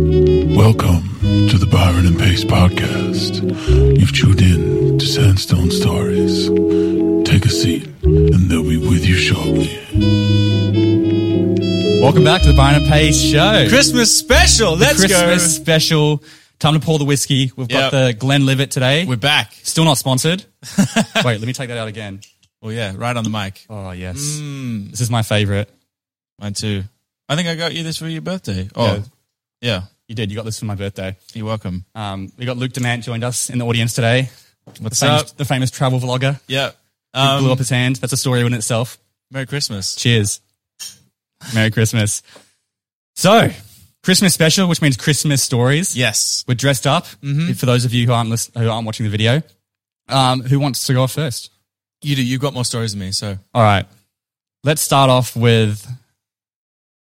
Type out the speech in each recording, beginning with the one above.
Welcome to the Byron and Pace podcast. You've tuned in to Sandstone Stories. Take a seat, and they'll be with you shortly. Welcome back to the Byron and Pace show. Christmas special. Let's Christmas special. Time to pour the whiskey. We've got Yep. the Glenlivet today. go. We're back. Still not sponsored. Wait, let me take that out again. Well, Oh, yeah, right on the mic. Oh, yes. Mm. This is my favorite. Mine too. I think I got you this for your birthday. Oh, Yeah. yeah. You did. You got this for my birthday. You're welcome. Um, we got Luke Demant joined us in the audience today. What's Famous, up? The famous travel vlogger Yeah. who Um, blew up his hand. That's a story in itself. Merry Christmas. Cheers. Merry Christmas. So, Christmas special, which means Christmas stories. Yes. We're dressed up. For those of you who aren't listen- who aren't watching the video, um, who wants to go off first? You do. You've got more stories than me, so All right, let's start off with.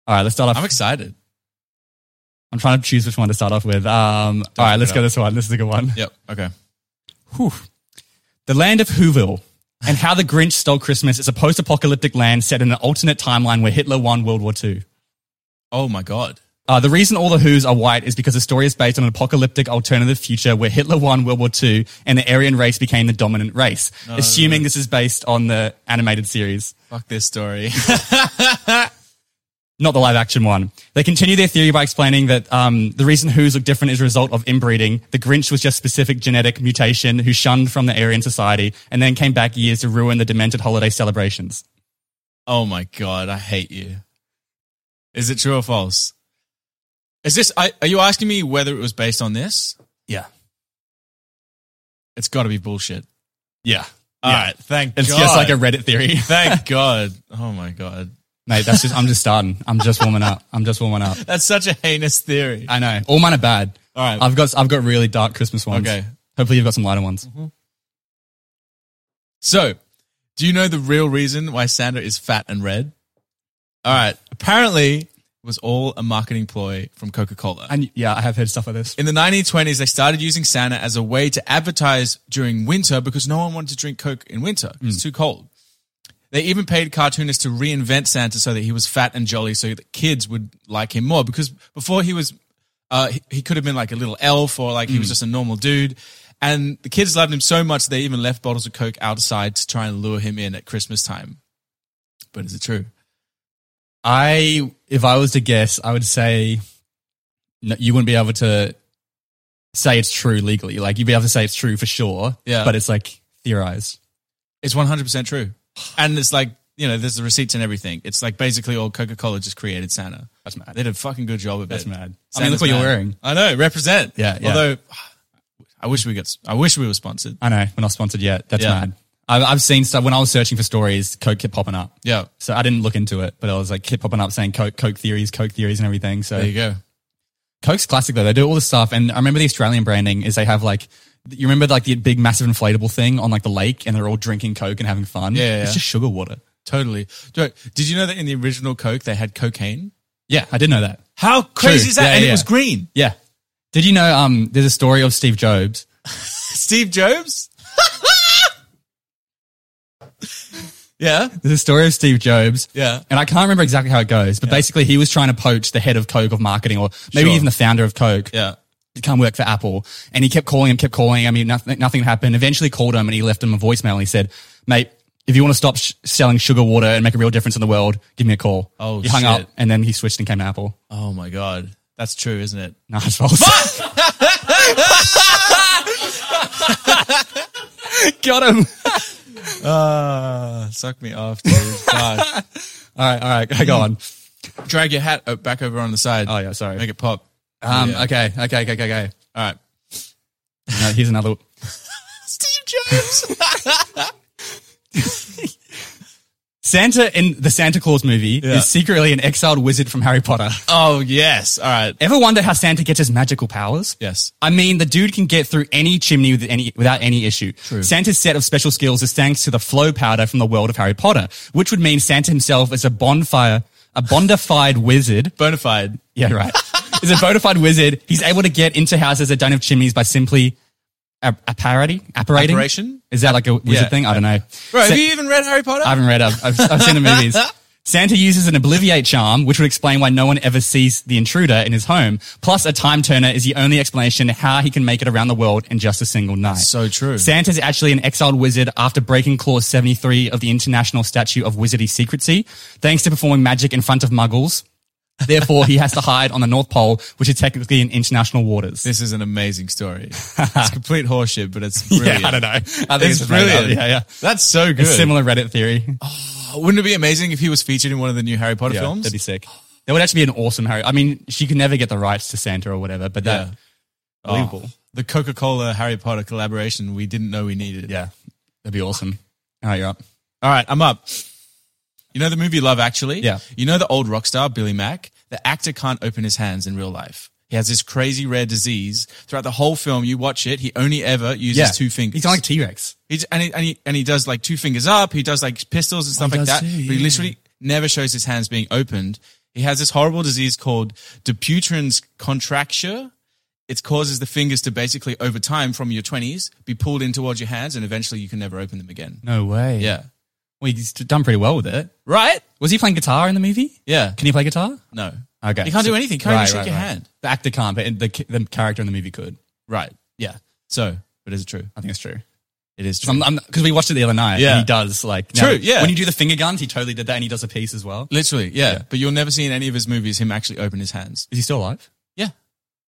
All right, let's start off. I'm I'm, excited. trying to choose which one to start off with. Um, all right, let's it go up. this one. This is a good one. Yep. Okay. Whew. The land of Whoville and how the Grinch stole Christmas is a post-apocalyptic land set in an alternate timeline where Hitler won World War II. Oh my God. Uh, the reason all the Who's are white is because the story is based on an apocalyptic alternative future where Hitler won World War II and the Aryan race became the dominant race. assuming this is based on the animated series, Fuck this story. not the live action one. They continue their theory by explaining that um, the reason Who's look different is a result of inbreeding. The Grinch was just specific genetic mutation who shunned from the Aryan society and then came back years to ruin the demented holiday celebrations. oh my God. I hate you. Is it true or false? Is this? I, are you asking me whether it was based on this? Yeah, It's got to be bullshit. yeah. All Yeah. right. Thank It's God. just like a Reddit theory. Thank God. Oh my God. Mate, that's just I'm just starting. I'm just warming up. I'm just warming up. That's such a heinous theory. I know. All mine are bad. All right. I've got I've got really dark Christmas ones. Okay. Hopefully you've got some lighter ones. So, do you know the real reason why Santa is fat and red? All right. Apparently, it was all a marketing ploy from Coca Cola. And yeah, I have heard stuff like this. In the 1920s, they started using Santa as a way to advertise during winter because no one wanted to drink Coke in winter. It's too cold. They even paid cartoonists to reinvent Santa so that he was fat and jolly so that kids would like him more because before he was, uh, he, he could have been like a little elf or like he was just a normal dude. And the kids loved him so much they even left bottles of Coke outside to try and lure him in at Christmas time. But is it true? I if I was to guess, I would say no, you wouldn't be able to say it's true legally. Like you'd be able to say it's true for sure. Yeah. But it's like theorized. It's 100% true. And it's like, you know, there's the receipts and everything. It's like basically all Coca Cola just created Santa. That's mad. They did a fucking good job of That's it. mad. I mean, Santa's look what you're mad. wearing. I know, represent. Yeah, yeah. Although, I wish we got, I wish we were sponsored. I know we're not sponsored yet. That's Yeah. mad. I've, I've seen stuff when I was searching for stories. Coke kept popping up. Yeah. So I didn't look into it, but I was like kept popping up saying Coke, Coke theories, Coke theories, and everything. So There you go. Coke's classic though. They do all this stuff, and I remember the Australian branding is they have like you remember like the big massive inflatable thing on like the lake, and they're all drinking Coke and having fun. Yeah, yeah, it's yeah. just sugar water. Totally. Jo- Did you know that in the original Coke, they had cocaine? Yeah, I did know that. How crazy is that? Yeah, and yeah. it was green. Yeah, did you know? Um, there's a story of Steve Jobs. Steve Jobs? yeah. There's a story of Steve Jobs. Yeah. and I can't remember exactly how it goes, but basically he was trying to poach the head of Coke of marketing, or maybe Sure. even the founder of Coke. Yeah. to come work for Apple. And he kept calling him, kept calling him. He, nothing, nothing happened. Eventually called him and he left him a voicemail. And he said, mate, if you want to stop sh- selling sugar water and make a real difference in the world, give me a call. Oh, He hung shit. up and then he switched and came to Apple. Oh my God. That's true, isn't it? Nah, it's false. Got him. Uh, suck me off, dude. God. All right. All right. Go on. Drag your hat o- back over on the side. Oh, yeah. Sorry. Make it pop. Um, yeah. Okay. Okay. Okay. Okay. Okay. All right. No, here's another. Steve Jobs. Santa in the Santa Claus movie Yeah. is secretly an exiled wizard from Harry Potter. oh, yes. All right. Ever wonder how Santa gets his magical powers? Yes. I mean, the dude can get through any chimney with any, without any issue. Santa's set of special skills is thanks to the flow powder from the world of Harry Potter, which would mean Santa himself is a bonfire, a bondified wizard. Bonafide. Yeah, right. is a bonafide wizard. He's able to get into houses that don't have chimneys by simply ap- apparating, apparating. Apparition? Is that like a wizard Yeah. thing? I don't know. Bro, Sa- have you even read Harry Potter? I haven't read. I've, I've, I've seen the movies. Santa uses an obliviate charm, which would explain why no one ever sees the intruder in his home. Plus, a time turner is the only explanation how he can make it around the world in just a single night. So true. Santa's actually an exiled wizard after breaking clause 73 of the International Statute of Wizardy Secrecy, thanks to performing magic in front of muggles. Therefore, he has to hide on the North Pole, which is technically in international waters. This is an amazing story. It's complete horseshit, but it's brilliant. Yeah, I don't know. I think It's, it's, made up. brilliant. Yeah, yeah. That's so good. It's similar Reddit theory. Wouldn't it be amazing if he was featured in one of the new Harry Potter Yeah, films? That'd be sick. That would actually be an awesome Harry. I mean, she could never get the rights to Santa or whatever, but that Yeah. believable. Oh, The Coca Cola Harry Potter collaboration we didn't know we needed. Yeah, that'd be awesome. All right, you're up. All right, I'm up. You know the movie Love Actually? Yeah. You know the old rock star, Billy Mack? The actor can't open his hands in real life. He has this crazy rare disease. Throughout the whole film, you watch it, he only ever uses two fingers. He's like T Rex. He's, and, he, and, he, and he does like two fingers up. He does like pistols and stuff he like does that. too, But he yeah. literally never shows his hands being opened. He has this horrible disease called Dupuytren's contracture. It causes the fingers to basically, over time, from your twenties, be pulled in towards your hands, and eventually you can never open them again. No way. Yeah, well, he's done pretty well with it. right? Was he playing guitar in the movie? Yeah. Can he play guitar? No. Okay, You can't do So- anything. Can't even Right, shake right, your right. hand. The actor can't, but the the character in the movie could. Right. Yeah, So, but is it true? I think it's true. It is true. Because we watched it the other night. Yeah. and he does like True, now- yeah. When you do the finger guns, he totally did that, and he does a piece as well. Literally, yeah. But you'll never see in any of his movies him actually open his hands. Is he still alive? Yeah.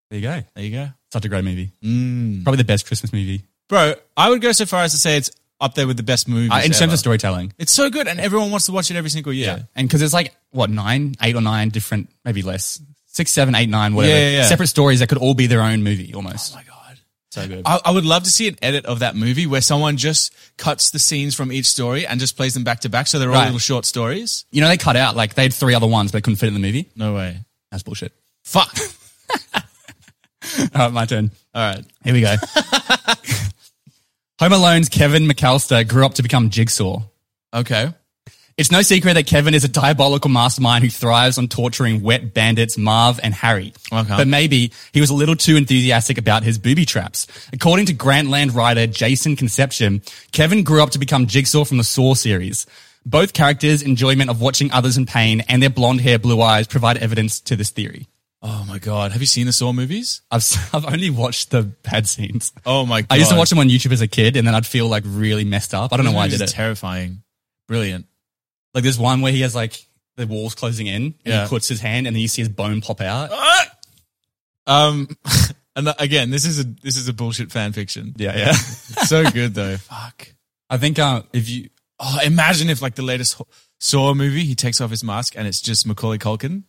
There you go. There you go. Mm. Such a great movie. Probably the best Christmas movie Bro, I would go so far as to say it's up there with the best movies. Uh, in terms ever. of storytelling. It's so good, and everyone wants to watch it every single year. And because it's like, what, nine, eight or nine different, maybe less, six, seven, eight, nine, whatever. Yeah, yeah, yeah. Separate stories that could all be their own movie almost. Uh, my god. so good. I, I would love to see an edit of that movie where someone just cuts the scenes from each story and just plays them back to back, so they're all Right. little short stories. you know, they cut out, like, they had three other ones, but they couldn't fit in the movie. No way. That's bullshit. Fuck. All right, my turn. all right. Here we go. Home Alone's Kevin McAllister grew up to become Jigsaw. Okay. It's no secret that Kevin is a diabolical mastermind who thrives on torturing wet bandits Marv and Harry. Okay. But maybe he was a little too enthusiastic about his booby traps. According to Grantland writer Jason Conception, Kevin grew up to become Jigsaw from the Saw series. Both characters' enjoyment of watching others in pain and their blonde hair, blue eyes provide evidence to this theory. Oh my god. Have you seen the Saw movies? I've, I've only watched the bad scenes. Oh my god. I used to watch them on YouTube as a kid and then I'd feel like really messed up. I don't know why I did it. Terrifying. Brilliant. Like there's one where he has like the walls closing in and Yeah. he puts his hand and then you see his bone pop out. Ah! Um. And again, this is a this is a bullshit fan fiction. Yeah, yeah. It's so good though. Fuck. I think uh, if you Oh, imagine if like the latest Ho- Saw movie, he takes off his mask and it's just Macaulay Culkin.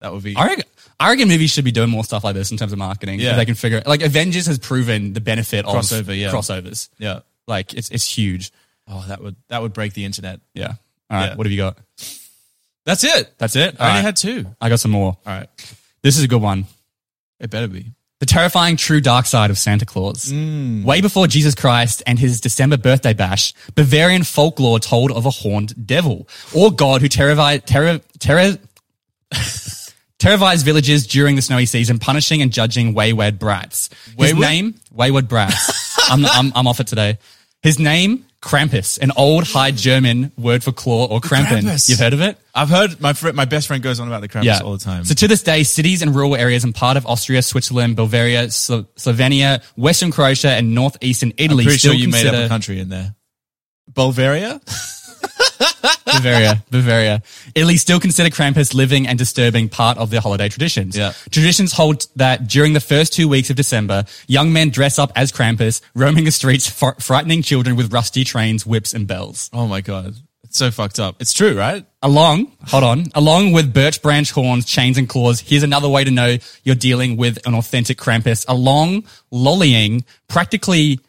That would be. I reckon, I reckon movies should be doing more stuff like this in terms of marketing. Yeah. Yeah. They can figure like Avengers has proven the benefit of Crossover, yeah. crossovers. Yeah. Like it's it's huge. Oh, that would that would break the internet. Yeah. All right. Yeah. What have you got? That's it. That's it. I All only right. had two. I got some more. All right. This is a good one. It better be. The terrifying true dark side of Santa Claus. Mm. Way before Jesus Christ and his December birthday bash, Bavarian folklore told of a horned devil or god who terrified, terror, terror, terrifies villages during the snowy season, punishing and judging wayward brats. His Wayward? name, wayward brats. I'm, I'm, I'm off it today. His name, Krampus, an old High German word for claw or crampin. Krampus. You've heard of it? I've heard my fri my best friend goes on about the Krampus all the time. So to this day, cities and rural areas in part of Austria, Switzerland, Bulgaria, Slo- Slovenia, Western Croatia, and northeastern Italy Pretty still sure you made up a consider country in there. Bulgaria. Bavaria, Bavaria. Italy still consider Krampus living and disturbing part of their holiday traditions. Yeah. Traditions hold that during the first two weeks of December, young men dress up as Krampus, roaming the streets, fr- frightening children with rusty trains, whips, and bells. Oh my god, it's so fucked up. It's true, right? Along, hold on, along with birch branch horns, chains and claws, here's another way to know you're dealing with an authentic Krampus. Along, lollying, practically,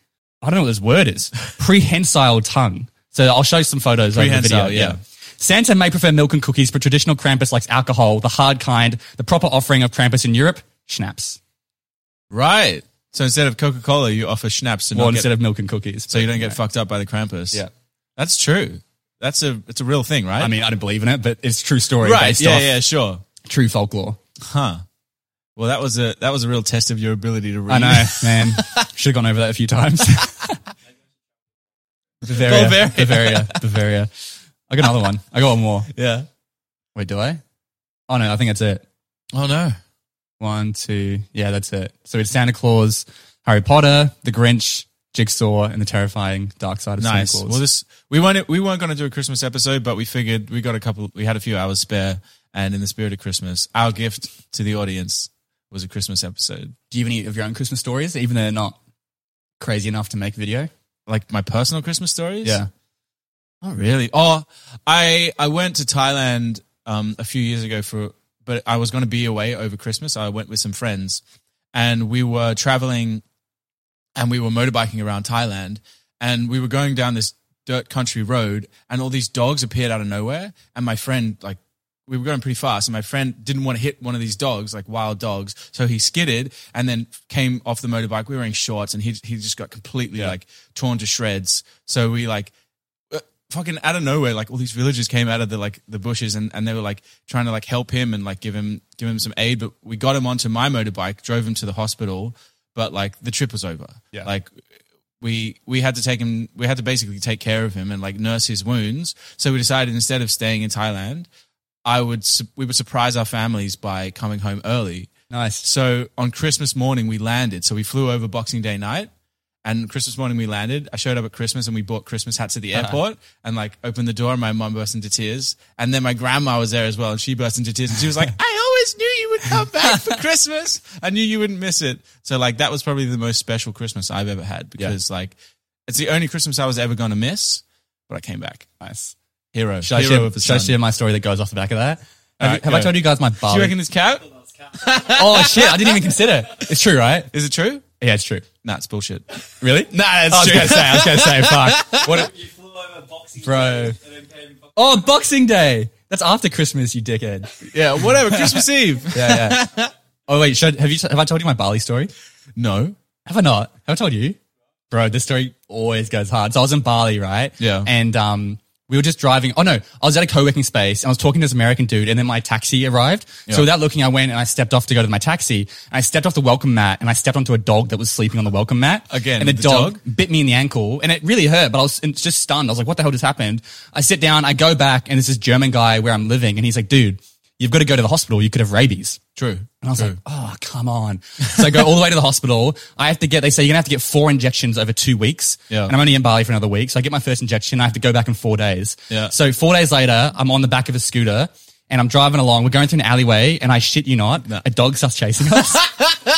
I don't know what this word is, prehensile tongue. So I'll show you some photos over the video. Prehensile, yeah. Santa may prefer milk and cookies, but traditional Krampus likes alcohol, the hard kind, the proper offering of Krampus in Europe, schnapps. Right. So instead of Coca Cola, you offer schnapps and Well, not get- instead of milk and cookies. so you don't get fucked up by the Krampus. Yeah. That's true. That's a it's a real thing, right? I mean, I don't believe in it, but it's true story right? based Yeah, off yeah, sure. true folklore. Huh. Well, that was a that was a real test of your ability to read. I know, man. Should have gone over that a few times. Bavaria, Bulgaria. Bavaria, Bavaria. I got another one. I got one more. yeah. Wait, do I? Oh no, I think that's it. Oh no. One, two, yeah, that's it. So it's Santa Claus, Harry Potter, The Grinch, Jigsaw, and the terrifying Dark Side of Nice. Santa Claus. Well, this we weren't we weren't going to do a Christmas episode, but we figured we got a couple. We had a few hours spare, and in the spirit of Christmas, our gift to the audience was a Christmas episode. do you have any of your own Christmas stories, even though they're not crazy enough to make video? Like my personal Christmas stories. Yeah. Not really. Oh, I I went to Thailand um, a few years ago for, but I was going to be away over Christmas. I went with some friends, and we were traveling, and we were motorbiking around Thailand, and we were going down this dirt country road, and all these dogs appeared out of nowhere, and my friend like. We were going pretty fast, and my friend didn't want to hit one of these dogs, like wild dogs. So he skidded and then came off the motorbike. We were wearing shorts, and he he just got completely like torn to shreds. So we like fucking out of nowhere, like all these villagers came out of the like the bushes and, and they were like trying to like help him and like give him give him some aid. But we got him onto my motorbike, drove him to the hospital, but like the trip was over. Yeah. Like we we had to take him we had to basically take care of him and like nurse his wounds. So we decided instead of staying in Thailand, I would su- we would surprise our families by coming home early. Nice. So on Christmas morning we landed. So we flew over Boxing Day night, and Christmas morning we landed. I showed up at Christmas, and we bought Christmas hats at the airport, and like opened the door, and my mum burst into tears, and then my grandma was there as well, and she burst into tears, and she was like, "I always knew you would come back for Christmas. I knew you wouldn't miss it." So like that was probably the most special Christmas I've ever had because like it's the only Christmas I was ever going to miss, but I came back. Nice. Hero, Should I, hero share, of the should I sun. share my story that goes off the back of that? Have, right, you- have go. I told you guys my Do you Bali? reckon this cat? oh shit, I didn't even consider. It's true, right? Is it true? Yeah, it's true. Nah, it's bullshit. Really? No, that's I was true. Gonna say, I was going to say, fuck. What You flew over Boxing Bro. Day and then came fucking oh, Boxing Day. That's after Christmas, you dickhead. Yeah, whatever. Christmas Eve. Yeah, yeah. oh wait, should, have you have I told you my Bali story? No. Have I not? Have I told you? Bro, this story always goes hard. So I was in Bali, right? Yeah. And um, we were just driving. Oh no, I was at a co-working space and I was talking to this American dude and then my taxi arrived. So without looking, I went and I stepped off to go to my taxi and I stepped off the welcome mat and I stepped onto a dog that was sleeping on the welcome mat. Again, And the, the dog, dog? bit me in the ankle and it really hurt, but I was it's just stunned. I was like, what the hell just happened? I sit down, I go back and there's this German guy where I'm living and he's like, dude, you've got to go to the hospital. You could have rabies. True. And I was like, oh, come on. So I go all the way to the hospital. I have to get, they say you're going to have to get four injections over two weeks. Yeah. And I'm only in Bali for another week. So I get my first injection. I have to go back in four days. Yeah. So four days later, I'm on the back of a scooter and I'm driving along. We're going through an alleyway and I shit you not, a dog starts chasing us.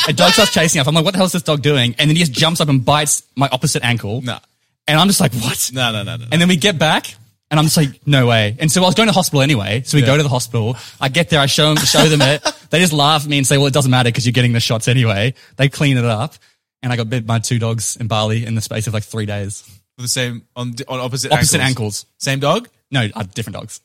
a dog starts chasing us. I'm like, what the hell is this dog doing? And then he just jumps up and bites my opposite ankle. Nah. And I'm just like, what? No, no, no, no. And then we get back, and I'm just like, no way. And so I was going to hospital anyway. So we go to the hospital. I get there, I show them, show them it. They just laugh at me and say, well, it doesn't matter because you're getting the shots anyway. They clean it up. And I got bit by two dogs in Bali in the space of like three days. For the same on on opposite Opposite ankles. ankles. Same dog. No, uh, different dogs.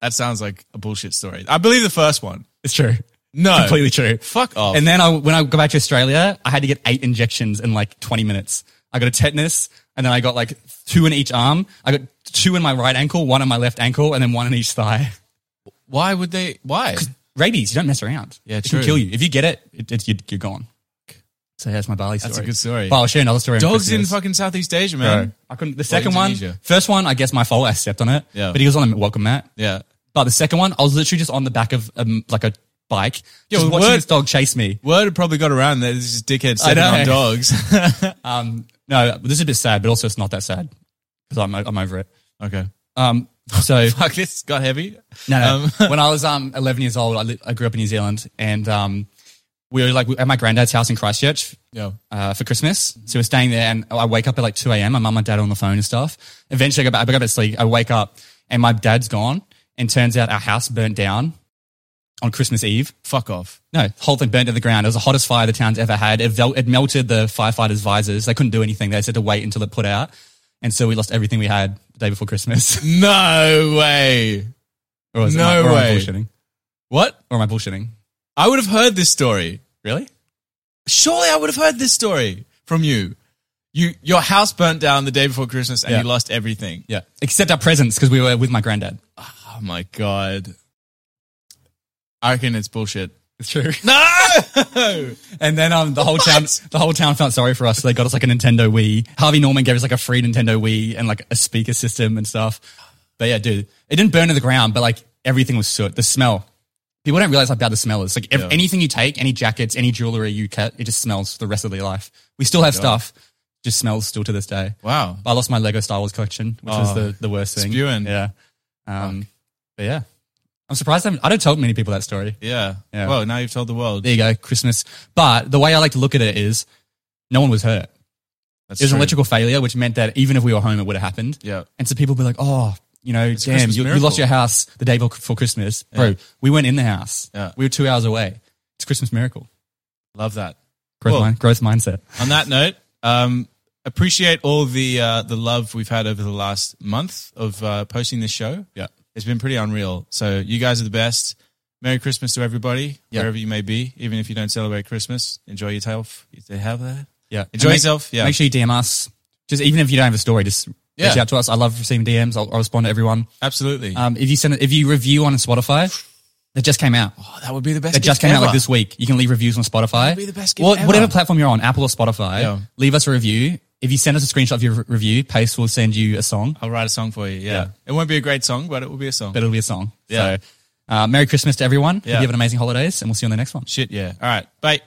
That sounds like a bullshit story. I believe the first one. It's true. No, Oh. Completely true. Fuck off. And then I, when I go back to Australia, I had to get eight injections in like 20 minutes. I got a tetanus and then I got like two in each arm. I got two in my right ankle, one in my left ankle, and then one in each thigh. why would they? Why? rabies, you don't mess around. Yeah, it true. can kill you. If you get it, it, it you're, you're gone. So yeah, that's my Bali story. a good story. But I'll share another story. on Dogs in Christmas. fucking Southeast Asia, Bro, man. I couldn't. The second one, Indonesia. first one, I guess my fault. I stepped on it. Yeah. But he was on a welcome mat. Yeah. But the second one, I was literally just on the back of um, like a bike, Yeah, just well, watching word- this dog chase me. Word probably got around that this is dickhead I stepping know. on dogs. Um, no, this is a bit sad, but also it's not that sad because I'm I'm over it. okay. Um, so Fuck, this got heavy. No, no. Um, when I was um 11 years old, I, li- I grew up in New Zealand, and um, we were like at my granddad's house in Christchurch. Yeah. Uh, for Christmas, so we're staying there, and I wake up at like 2 a.m. My mum and dad are on the phone and stuff. Eventually, I go back, I go back to sleep. I wake up, and my dad's gone. And turns out our house burnt down on Christmas Eve. Fuck off. No, whole thing burnt to the ground. It was the hottest fire the town's ever had. It, vel- it melted the firefighters' visors. They couldn't do anything. They said to wait until it put out, and so we lost everything we had the day before Christmas. No way. or was it No my- or am I way. bullshitting? What? Or am I bullshitting? I would have heard this story. Really? Surely I would have heard this story from you. You, your house burnt down the day before Christmas, and Yeah. you lost everything. Yeah. Except our presents because we were with my granddad. Oh my god. I reckon it's bullshit. It's true. No. And then um, the whole town, the whole town felt sorry for us. So they got us like a Nintendo Wii. Harvey Norman gave us like a free Nintendo Wii and like a speaker system and stuff. But yeah, dude, it didn't burn to the ground, but like everything was soot. The smell. People don't realize how bad the smell is. Like ev- anything you take, any jackets, any jewelry you cut, it just smells for the rest of their life. We still have stuff, just smells still to this day. Wow. I lost my Lego Star Wars collection, which was Oh. the, the worst thing. Spewing. Yeah. Um, but yeah, I'm surprised I, haven't- I don't tell many people that story. Yeah. Yeah. Well, now you've told the world. There you go, Christmas. But the way I like to look at it is no one was hurt. That's It was an true. electrical failure, which meant that even if we were home, it would have happened. Yeah. And so people be like, oh, you know, a damn, Christmas you, you miracle. lost your house the day before Christmas. Bro, Yeah. we went in the house. Yeah. We were two hours away. It's a Christmas miracle. Love that. Growth, Cool. mind, growth mindset. On that note, um, appreciate all the uh, the love we've had over the last month of uh, posting this show. Yeah. It's been pretty unreal. So you guys are the best. Merry Christmas to everybody, Yeah. wherever you may be. Even if you don't celebrate Christmas, enjoy your health. You have that. Yeah. Enjoy And make- yourself. Yeah. Make sure you DM us. Just even if you don't have a story, just Yeah. reach out to us. I love receiving DMs. I'll, I'll respond to everyone. Absolutely. Um, if you send, if you review on Spotify, that just came out. oh, that would be the best. That just gift came out ever. like this week. You can leave reviews on Spotify. That'd be the best gift Well, ever. whatever platform you're on, Apple or Spotify, Yeah. leave us a review. If you send us a screenshot of your re- review, Pace will send you a song, I'll write a song for you. Yeah. Yeah. It won't be a great song, but it will be a song. but it'll be a song. Yeah. So, uh, Merry Christmas to everyone. Hope Yeah. you have an amazing holidays, and we'll see you on the next one. Shit, yeah. All right. Bye.